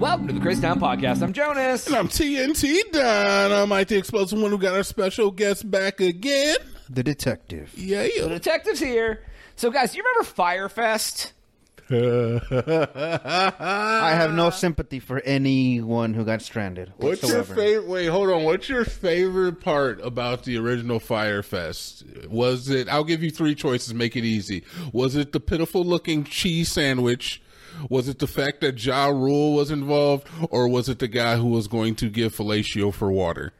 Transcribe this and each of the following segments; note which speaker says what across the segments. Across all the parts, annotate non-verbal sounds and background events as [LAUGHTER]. Speaker 1: Crazytown Podcast. I'm Jonas.
Speaker 2: And I'm TNT Dynamite, the explosive one who got our special guest back again.
Speaker 3: The detective.
Speaker 2: Yeah,
Speaker 1: The detective's here. So, guys, do you remember Firefest?
Speaker 3: I have no sympathy for anyone who got stranded.
Speaker 2: What's your
Speaker 3: whatsoever.
Speaker 2: favorite? Wait, hold on. What's your favorite part about the original Firefest? Was it? I'll give you three choices. Make it easy. Was it the pitiful looking cheese sandwich? Was it the fact that Ja Rule was involved, or was it the guy who was going to give fellatio for water?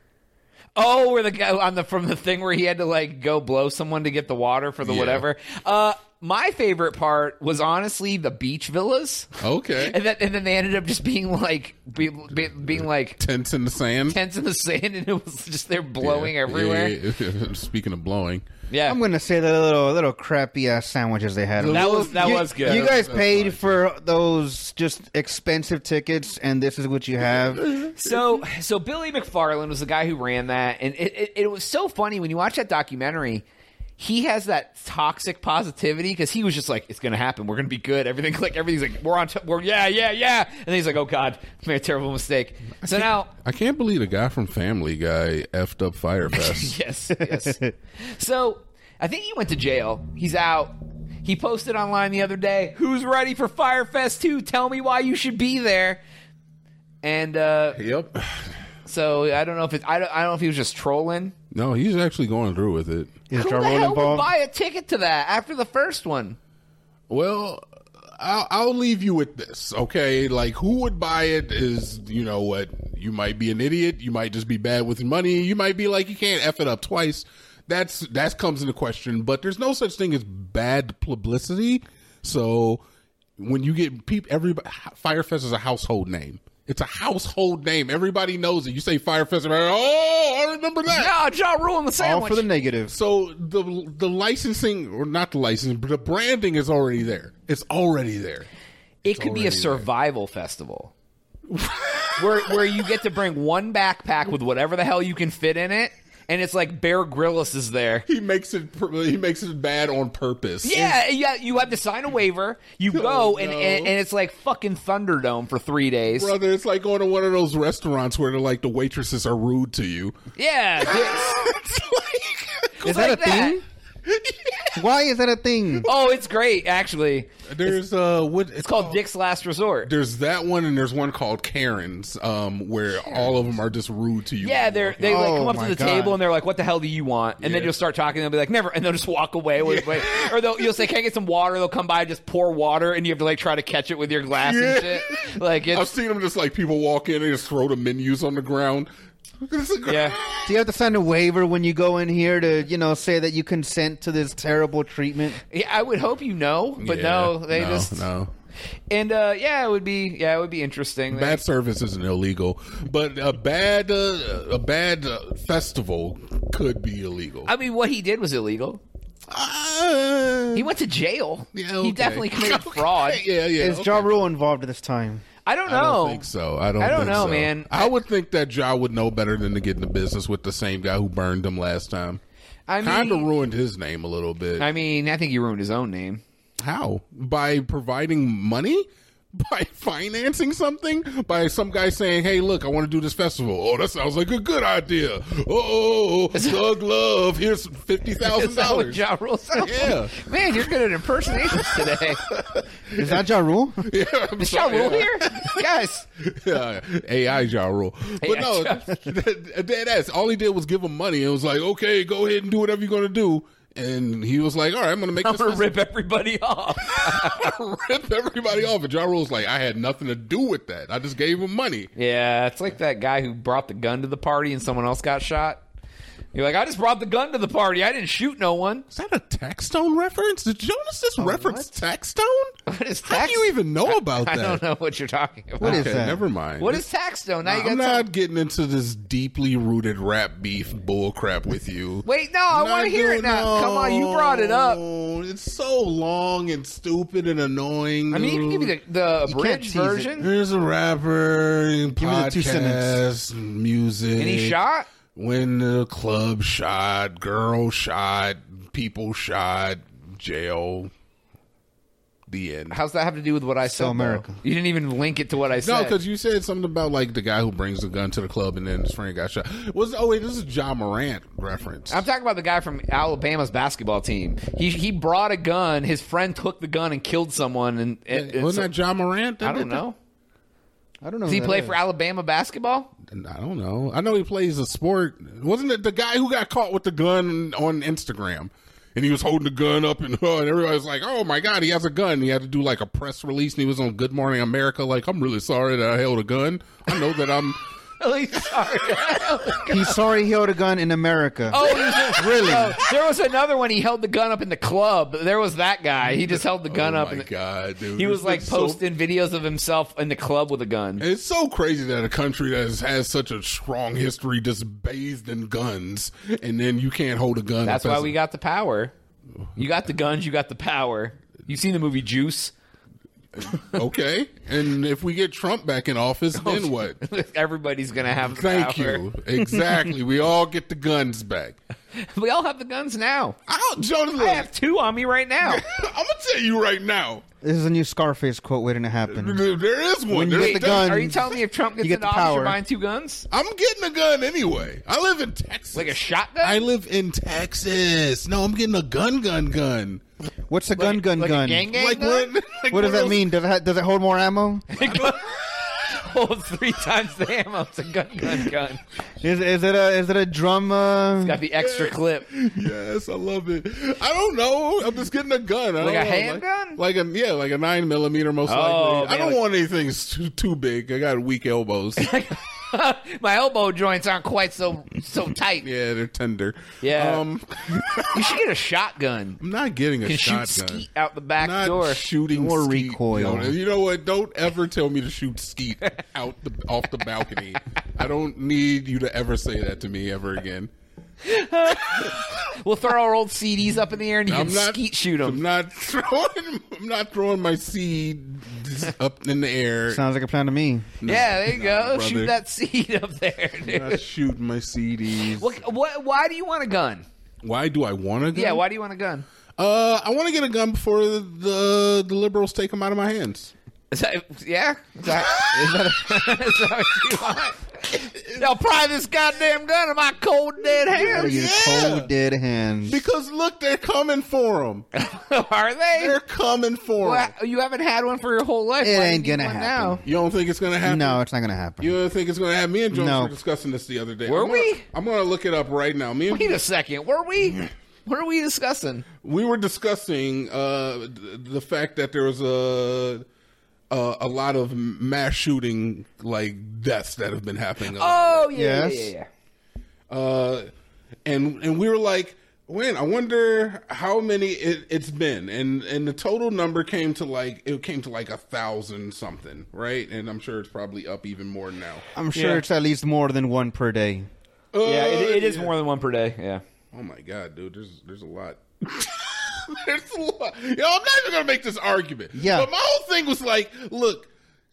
Speaker 1: Oh, where the guy on the from the thing where he had to like go blow someone to get the water for the
Speaker 2: Yeah.
Speaker 1: whatever. Uh, my favorite part was honestly the beach villas,
Speaker 2: Okay,
Speaker 1: and then and then they ended up just being like be, be- being like
Speaker 2: tents in the sand.
Speaker 1: tents in the sand, and it was just they're blowing
Speaker 2: Yeah,
Speaker 1: everywhere. Yeah,
Speaker 2: yeah, yeah. [LAUGHS] Speaking of blowing,
Speaker 3: I'm gonna say the little little crappy ass sandwiches they had.
Speaker 1: that was that was good.
Speaker 3: you guys
Speaker 2: That's
Speaker 3: paid
Speaker 2: fine.
Speaker 3: for those just expensive tickets, and this is what you have.
Speaker 1: So, so Billy McFarland was the guy who ran that, and it, it, it was so funny when you watch that documentary. He has that toxic positivity because he was just like, "It's gonna happen. We're gonna be good. Everything like everything's like we're on. T- we're yeah, yeah, yeah." And then he's like, "Oh God, I made a terrible mistake." So now,
Speaker 2: I can't believe a guy from Family Guy effed
Speaker 1: [LAUGHS]
Speaker 2: up Firefest.
Speaker 1: yes, yes. so I think he went to jail. He's out. He posted online the other day, "Who's ready for Firefest 2? Tell me why you should be there." And uh,
Speaker 2: yep.
Speaker 1: so I don't know if it, I don't, I don't know if he was just trolling.
Speaker 2: [SIGHS] No, he's actually going through with it.
Speaker 3: Is
Speaker 1: Who the
Speaker 3: Ja Rule
Speaker 1: hell would
Speaker 3: involved?
Speaker 1: buy a ticket to that after the first [LAUGHS] one?
Speaker 2: Well, I'll, I'll leave you with this, okay? Like, who would buy it is, you know what? You might be an idiot. You might just be bad with money. You might be like, you can't f it up twice. That's that comes into question. But there's no such thing as bad publicity. So when you get peep, everybody Firefest is a household name. It's a household name. Everybody knows it. You say Firefest, everybody, oh, I remember that.
Speaker 1: No, Jaw Rule and the
Speaker 3: All
Speaker 1: sandwich.
Speaker 3: for the negatives.
Speaker 2: So the the licensing or not the licensing, but the branding is already there. It's already there.
Speaker 1: it could be a
Speaker 2: already there.
Speaker 1: survival [LAUGHS] festival. where where you get to bring one backpack with whatever the hell you can fit in it, and it's like Bear Grylls is there.
Speaker 2: He makes it pr- he makes it bad on purpose.
Speaker 1: Yeah, yeah. You have to sign a waiver. You
Speaker 3: Oh,
Speaker 1: go, and,
Speaker 2: no.
Speaker 1: and and it's like fucking Thunderdome for three days.
Speaker 2: Brother, it's like going to one of those restaurants where they're like the waitresses are rude to you.
Speaker 1: [LAUGHS] Yeah, dude.
Speaker 2: It's like-
Speaker 3: Is that
Speaker 1: like
Speaker 3: a thing? Why is that a
Speaker 1: [LAUGHS]
Speaker 3: thing?
Speaker 1: oh, it's great actually.
Speaker 2: there's uh what it's,
Speaker 1: It's
Speaker 3: Oh.
Speaker 1: called Dick's Last Resort.
Speaker 2: There's that one and there's one called Karen's, um, where all of them are just rude to you.
Speaker 1: Yeah, they're, they like
Speaker 3: Oh
Speaker 1: come up to
Speaker 3: my
Speaker 1: the
Speaker 3: God.
Speaker 1: table and they're like, "What the hell do you want?" And then
Speaker 2: Yeah.
Speaker 1: you'll start talking. and They'll be like, "Never," and they'll just walk away. With, wait. Or they'll you'll say, "Can I get some water?" They'll come by, just pour water, and you have to like try to catch it with your glass
Speaker 2: Yeah.
Speaker 1: and shit. Like
Speaker 2: I've
Speaker 1: it's
Speaker 2: seen them just like people walk in and just throw the menus on the ground. [LAUGHS] This is-
Speaker 1: yeah.
Speaker 3: Do you have to sign a waiver when you go in here to, you know, say that you consent to this terrible treatment?
Speaker 1: yeah. I would hope you know, but no,
Speaker 2: Yeah,
Speaker 1: they
Speaker 2: no,
Speaker 1: just
Speaker 2: no.
Speaker 1: and uh, yeah, it would be yeah, it would be interesting.
Speaker 2: Bad service isn't illegal, but a bad uh, a bad uh, festival could be illegal.
Speaker 1: I mean, what he did was illegal.
Speaker 2: Uh,
Speaker 1: He went to jail.
Speaker 2: yeah,
Speaker 1: He
Speaker 2: okay.
Speaker 1: definitely committed
Speaker 2: [LAUGHS] Okay,
Speaker 1: fraud.
Speaker 2: Yeah, yeah.
Speaker 3: Is
Speaker 2: okay.
Speaker 3: Ja Rule involved this time?
Speaker 1: I don't know.
Speaker 2: I don't think so. I don't.
Speaker 1: I don't
Speaker 2: think
Speaker 1: know,
Speaker 2: so.
Speaker 1: man.
Speaker 2: I would think that Ja would know better than to get into business with the same guy who burned him last time.
Speaker 1: I
Speaker 2: Kind of
Speaker 1: mean,
Speaker 2: ruined his name a little bit.
Speaker 1: I mean, I think he ruined his own name.
Speaker 2: How? By providing money? [LAUGHS] By financing something? By some guy saying, hey, look, I want to do this festival. Oh, that sounds like a good idea.
Speaker 1: [LAUGHS]
Speaker 2: Oh, thug love.
Speaker 1: Is
Speaker 2: Here's
Speaker 1: that what
Speaker 2: $50,000.
Speaker 1: Ja Rule sounds like?
Speaker 2: Yeah.
Speaker 1: Man, you're good at impersonations today.
Speaker 2: [LAUGHS]
Speaker 3: Is that
Speaker 1: [LAUGHS]
Speaker 3: Ja Rule?
Speaker 2: Yeah, [LAUGHS] I'm
Speaker 1: Is Ja
Speaker 2: sorry.
Speaker 1: Rule here? Guys.
Speaker 2: [LAUGHS] Yeah, AI Ja Rule. But
Speaker 1: AI
Speaker 2: no,
Speaker 1: Ja-
Speaker 2: [LAUGHS] that, that's all he did was give him money. It was like, okay, go ahead and do whatever you're going to do. And he was like, all right, I'm going to make
Speaker 1: I'm [LAUGHS]
Speaker 2: this
Speaker 1: going to rip everybody off.
Speaker 2: festival. [LAUGHS] rip everybody off. And Ja Rule's like, I had nothing to do with that. I just gave him money.
Speaker 1: yeah, it's like that guy who brought the gun to the party and someone else got shot. You're like, I just brought the gun to the party. I didn't shoot no one. [LAUGHS]
Speaker 2: Is that a Taxstone reference? Did Jonas just reference Taxstone?
Speaker 1: What is
Speaker 2: How
Speaker 1: Oh, tax?
Speaker 2: do you even know about
Speaker 1: I
Speaker 2: that?
Speaker 1: don't know what you're talking about.
Speaker 3: What is
Speaker 2: Okay,
Speaker 3: that?
Speaker 2: never mind.
Speaker 1: What is tax though? Now you got
Speaker 2: I'm not getting into this deeply rooted rap beef bullcrap with you.
Speaker 1: Wait, no, I
Speaker 2: Not
Speaker 1: want to hear it
Speaker 2: doing-
Speaker 1: now. Come on, you brought it up.
Speaker 2: No, It's so long and stupid and annoying.
Speaker 1: I mean, you can give me the, the
Speaker 3: You can't
Speaker 1: abridged
Speaker 3: tease it.
Speaker 1: version.
Speaker 2: Here's a rapper, and
Speaker 3: me the two
Speaker 2: podcast, music.
Speaker 1: Any shot?
Speaker 2: When the club shot, girl shot, people shot, jail. The end.
Speaker 1: How's that have to do with what I
Speaker 3: Still
Speaker 1: said? though?
Speaker 3: America.
Speaker 1: You didn't even link it to what I
Speaker 2: No,
Speaker 1: said.
Speaker 2: because you said something about like the guy who brings the gun to the club and then his friend got shot. Was oh wait, this is John Morant reference.
Speaker 1: I'm talking about the guy from Alabama's basketball team. He he brought a gun. His friend took the gun and killed someone. And, and- and
Speaker 2: Wasn't
Speaker 1: so-
Speaker 2: that John Morant? that
Speaker 1: I don't
Speaker 2: did that?
Speaker 1: know.
Speaker 3: I don't know.
Speaker 1: Does he play for Alabama basketball?
Speaker 2: [LAUGHS] I don't know. I know he plays a sport. Wasn't it the guy who got caught with the gun on Instagram? And he was holding the gun up, and, [LAUGHS] uh, and everybody was like, "Oh my god, he has a gun!" He had to do like a press release, and he was on Good Morning America, like, "I'm really sorry that I held a gun. I know that I'm."
Speaker 1: Really? Sorry.
Speaker 3: He's sorry he held a gun in America.
Speaker 1: Oh, he was-
Speaker 3: really?
Speaker 1: oh, [LAUGHS] there was another one. He held the gun up in the club. There was that guy. He just held the gun
Speaker 2: oh
Speaker 1: up.
Speaker 2: my
Speaker 1: And
Speaker 2: god, dude!
Speaker 1: he
Speaker 2: This
Speaker 1: was like
Speaker 2: is so-
Speaker 1: posting videos of himself in the club with a gun.
Speaker 2: It's so crazy that a country that has, has such a strong history, just bathed in guns, and then you can't hold a gun.
Speaker 1: That's
Speaker 2: up
Speaker 1: why
Speaker 2: as-
Speaker 1: we got the power. You got the guns. You got the power. You've seen the movie Juice.
Speaker 2: [LAUGHS]
Speaker 1: [LAUGHS]
Speaker 2: okay. And if we get Trump back in office,
Speaker 1: Oh,
Speaker 2: then what?
Speaker 1: Everybody's gonna have. The
Speaker 2: Thank
Speaker 1: power.
Speaker 2: you. Exactly. we all get the guns back.
Speaker 1: [LAUGHS] We all have the guns now.
Speaker 2: I don't, Jonas,
Speaker 1: I
Speaker 2: [LAUGHS]
Speaker 1: have two on me right now.
Speaker 2: I'm gonna tell you right now.
Speaker 3: This is a new Scarface quote waiting to happen.
Speaker 2: There there is one.
Speaker 3: When you
Speaker 2: There's
Speaker 3: get the
Speaker 2: there-
Speaker 3: gun-
Speaker 1: Are you telling me if Trump gets
Speaker 3: get
Speaker 1: in
Speaker 3: the
Speaker 1: office, you're
Speaker 3: power.
Speaker 1: buying two guns,
Speaker 2: I'm getting a gun anyway. I live in Texas.
Speaker 1: like a shotgun?
Speaker 2: [LAUGHS] I live in Texas. No, I'm getting a gun, gun, gun.
Speaker 3: What's a gun, gun,
Speaker 1: like a
Speaker 3: gun?
Speaker 1: gang gang
Speaker 2: Like
Speaker 1: gun?
Speaker 2: what?
Speaker 1: [LAUGHS]
Speaker 2: [LAUGHS] like
Speaker 3: What does
Speaker 2: one
Speaker 3: that
Speaker 2: of
Speaker 3: mean? Does it, ha- does it hold more ammo?
Speaker 1: Holds three times the ammo. It's a gun, gun, gun.
Speaker 3: Is, is it a is it a drum? Uh,
Speaker 1: Got the extra clip.
Speaker 2: those- Yes, I love it. I don't know. I'm just getting a gun. I
Speaker 1: Like a
Speaker 2: don't know.
Speaker 1: handgun?
Speaker 2: Like, like a yeah, like a nine millimeter, most
Speaker 1: Oh,
Speaker 2: likely. I
Speaker 1: man,
Speaker 2: don't
Speaker 1: like-
Speaker 2: want anything too, too big. I got
Speaker 1: [LAUGHS]
Speaker 2: weak elbows.
Speaker 1: My elbow joints aren't quite so so tight.
Speaker 2: yeah, they're tender.
Speaker 1: Yeah.
Speaker 2: um,
Speaker 1: You should get a shotgun.
Speaker 2: I'm not getting a
Speaker 1: Can shoot
Speaker 2: shotgun.
Speaker 1: skeet out the back
Speaker 2: not
Speaker 1: door.
Speaker 2: shooting
Speaker 3: Or
Speaker 2: skeet,
Speaker 3: recoil.
Speaker 2: Jonas. You know what? Don't ever tell me to shoot skeet [LAUGHS] out the off the balcony. I don't need you to ever say that to me ever again.
Speaker 1: We'll throw our old CDs up in the air and you
Speaker 2: I'm
Speaker 1: can
Speaker 2: not
Speaker 1: skeet shoot
Speaker 2: I'm
Speaker 1: them.
Speaker 2: not [LAUGHS] throwing. I'm not throwing my seed up in the air.
Speaker 3: sounds like a plan to me.
Speaker 1: yeah, there you go.
Speaker 2: brother.
Speaker 1: Shoot that [LAUGHS] seed up there. dude.
Speaker 2: I'm not shooting my CDs.
Speaker 1: What, what, why do you want a gun?
Speaker 2: Why do I want a gun?
Speaker 1: Yeah, why do you want a gun?
Speaker 2: Uh, I want to get a gun before the the liberals take them out of my hands.
Speaker 1: Is that, yeah? Is that, is that, [LAUGHS] is that what you want? They'll pry this goddamn gun in my cold dead
Speaker 3: Out of
Speaker 1: hands.
Speaker 3: your
Speaker 2: yeah.
Speaker 3: cold dead hands.
Speaker 2: Because look, they're coming
Speaker 1: [LAUGHS]
Speaker 2: for them.
Speaker 1: Are they?
Speaker 2: They're coming for them.
Speaker 1: Well, you haven't had one for your whole life.
Speaker 3: It
Speaker 1: Why do
Speaker 3: ain't
Speaker 1: you need
Speaker 3: gonna
Speaker 1: one
Speaker 3: happen.
Speaker 1: Now?
Speaker 2: You don't think it's gonna happen?
Speaker 3: No, it's not gonna happen.
Speaker 2: You don't think it's going to happen? Me and Jones
Speaker 3: No.
Speaker 2: were discussing this the other day.
Speaker 1: Were
Speaker 2: I'm gonna-
Speaker 1: we?
Speaker 2: I'm going to look it up right now. Me and
Speaker 1: Wait a second. Were
Speaker 2: Mm.
Speaker 1: we? What are we discussing?
Speaker 2: we were discussing uh, th- the fact that there was a a, a lot of mass shooting like deaths that have been happening.
Speaker 1: Oh yeah,
Speaker 3: Yes.
Speaker 1: yeah, yeah,
Speaker 2: Uh, and and we were like, when I wonder how many it, it's been, and and the total number came to like it came to like a thousand something, right? And I'm sure it's probably up even more now.
Speaker 3: I'm sure
Speaker 1: Yeah.
Speaker 3: it's at least more than one per day.
Speaker 1: yeah. yeah it, it is
Speaker 2: Uh,
Speaker 1: more than one per day. Yeah.
Speaker 2: Oh my god, dude, there's there's a lot. [LAUGHS] there's a lot. Yo, I'm not even gonna make this argument.
Speaker 3: Yeah.
Speaker 2: But my whole thing was like, look,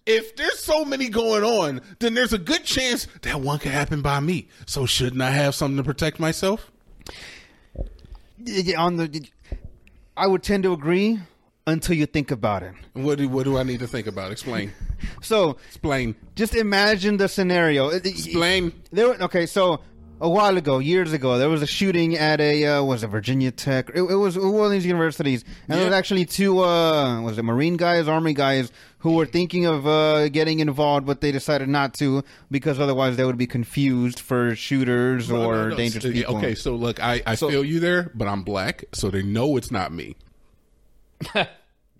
Speaker 2: if there's so many going on, then there's a good chance that one could happen by me. So shouldn't I have something to protect myself?
Speaker 3: Yeah, On the, I would tend to agree until you think about it.
Speaker 2: What do what do I need to think about? Explain.
Speaker 3: So
Speaker 2: Explain.
Speaker 3: just imagine the scenario. It- it-
Speaker 2: Explain.
Speaker 3: There, were- okay, so a while ago, years ago, there was a shooting at a uh, was it Virginia Tech? It, it was one of these universities, and there was
Speaker 2: Yeah.
Speaker 3: actually two uh, was it Marine guys, Army guys, who were thinking of uh, getting involved, but they decided not to because otherwise they would be confused for shooters [LAUGHS] or
Speaker 2: Oh, No, no, no.
Speaker 3: dangerous
Speaker 2: Yeah,
Speaker 3: people.
Speaker 2: Okay, so look, I, I feel you there, but I'm black, so they know it's not me.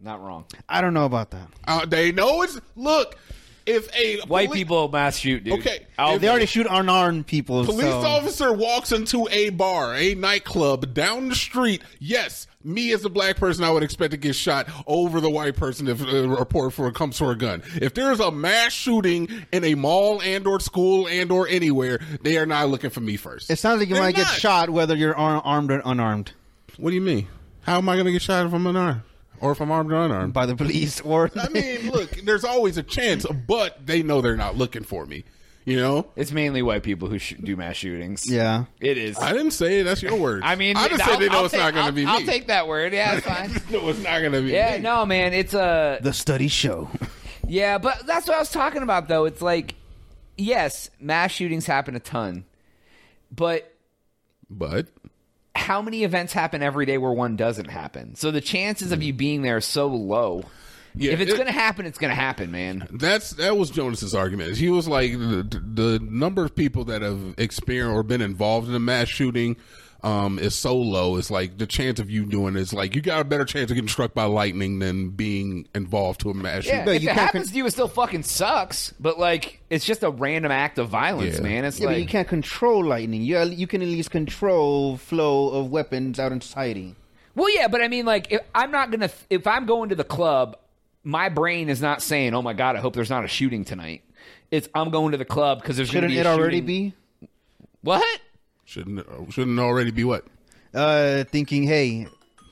Speaker 1: Not wrong.
Speaker 3: I don't know about that.
Speaker 2: Uh, they know it's look. If a
Speaker 1: White
Speaker 2: poli-
Speaker 1: people mass shoot, dude.
Speaker 2: Okay.
Speaker 1: I'll-
Speaker 2: If
Speaker 3: They already shoot unarmed people.
Speaker 2: Police
Speaker 3: so.
Speaker 2: officer walks into a bar, a nightclub down the street. Yes, me as a black person, I would expect to get shot over the white person if a report for comes for a gun. If there is a mass shooting in a mall and or school and or anywhere, they are not looking for me first.
Speaker 3: It sounds like you
Speaker 2: They're
Speaker 3: might
Speaker 2: not.
Speaker 3: get shot whether you're ar- armed or unarmed
Speaker 2: What do you mean? How am I going to get shot if I'm unarmed or if I'm armed or unarmed?
Speaker 3: by the police or
Speaker 2: I mean, look, there's always a chance, but they know they're not looking for me. You know,
Speaker 1: It's mainly white people who sh- do mass shootings.
Speaker 3: [LAUGHS] Yeah.
Speaker 1: It is.
Speaker 2: I
Speaker 1: I,
Speaker 2: didn't say it. That's your word.
Speaker 1: mean,
Speaker 2: I just
Speaker 1: I'll-
Speaker 2: said they know
Speaker 1: I'll
Speaker 2: it's
Speaker 1: take-
Speaker 2: not going
Speaker 1: I'll-
Speaker 2: to be me.
Speaker 1: I'll take that word. Yeah, it's
Speaker 2: [LAUGHS]
Speaker 1: fine.
Speaker 2: no, it's not going to be
Speaker 1: Yeah,
Speaker 2: me.
Speaker 1: no, man, it's uh, a
Speaker 3: The studies show.
Speaker 1: yeah, but that's what I was talking about though. It's like, yes, mass shootings happen a ton, but
Speaker 2: But
Speaker 1: how many events happen every day where one doesn't happen? So the chances of
Speaker 3: Mm.
Speaker 1: you being there are so low.
Speaker 2: yeah,
Speaker 1: if it's
Speaker 2: it-
Speaker 1: gonna happen, it's gonna happen, man.
Speaker 2: That's that was Jonas's argument. is He was like the, the number of people that have experienced or been involved in a mass shooting um, is so low. It's like the chance of you doing it's like you got a better chance of getting struck by lightning than being involved to a mass
Speaker 1: Yeah,
Speaker 2: shooting.
Speaker 1: if
Speaker 3: you
Speaker 1: it
Speaker 3: can't
Speaker 1: happens to you, it still fucking sucks. But like, it's just a random act of violence,
Speaker 2: Yeah.
Speaker 1: man. It's
Speaker 3: Yeah, but you
Speaker 1: like
Speaker 3: can't control lightning. You you can at least control flow of weapons out in society.
Speaker 1: Well, yeah, but I mean, like, if I'm not gonna, if I'm going to the club, my brain is not saying, "Oh my god, I hope there's not a shooting tonight." It's I'm going to the club because there's
Speaker 3: Shouldn't
Speaker 1: gonna be
Speaker 3: it
Speaker 1: a
Speaker 3: already
Speaker 1: shooting."
Speaker 3: be?
Speaker 1: what?
Speaker 2: Shouldn't shouldn't already be what?
Speaker 3: Uh, thinking, hey,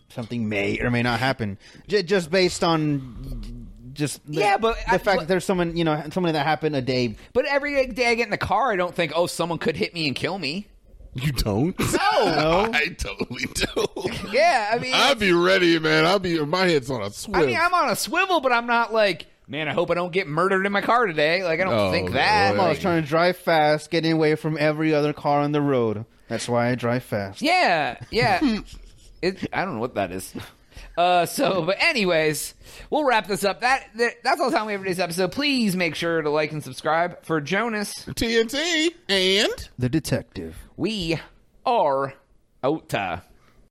Speaker 3: something may or may not happen, J- just based on just the,
Speaker 1: Yeah, but
Speaker 3: the
Speaker 1: I-
Speaker 3: fact that there's someone you know something that happened a day.
Speaker 1: But every day I get in the car, I don't think, "Oh, someone could hit me and kill me."
Speaker 2: You don't?
Speaker 1: No.
Speaker 2: [LAUGHS] I totally
Speaker 1: [LAUGHS]
Speaker 2: do.
Speaker 1: Yeah, I mean,
Speaker 2: I'd be ready, man. I'd be my head's on a swivel.
Speaker 1: I mean, I'm on a swivel, but I'm not like, man, I hope I don't get murdered in my car today. Like, I don't
Speaker 2: Oh,
Speaker 1: think
Speaker 2: no,
Speaker 1: that.
Speaker 2: yeah.
Speaker 3: I was
Speaker 1: Like,
Speaker 3: trying to drive fast, getting away from every other car on the road. That's why I drive fast.
Speaker 1: Yeah, yeah. it, I don't know what that is. Uh, so, but anyways, we'll wrap this up. That, that that's all the time we have for today's episode. Please make sure to like and subscribe for Jonas.
Speaker 2: TNT and.
Speaker 3: The detective.
Speaker 1: We are Ota.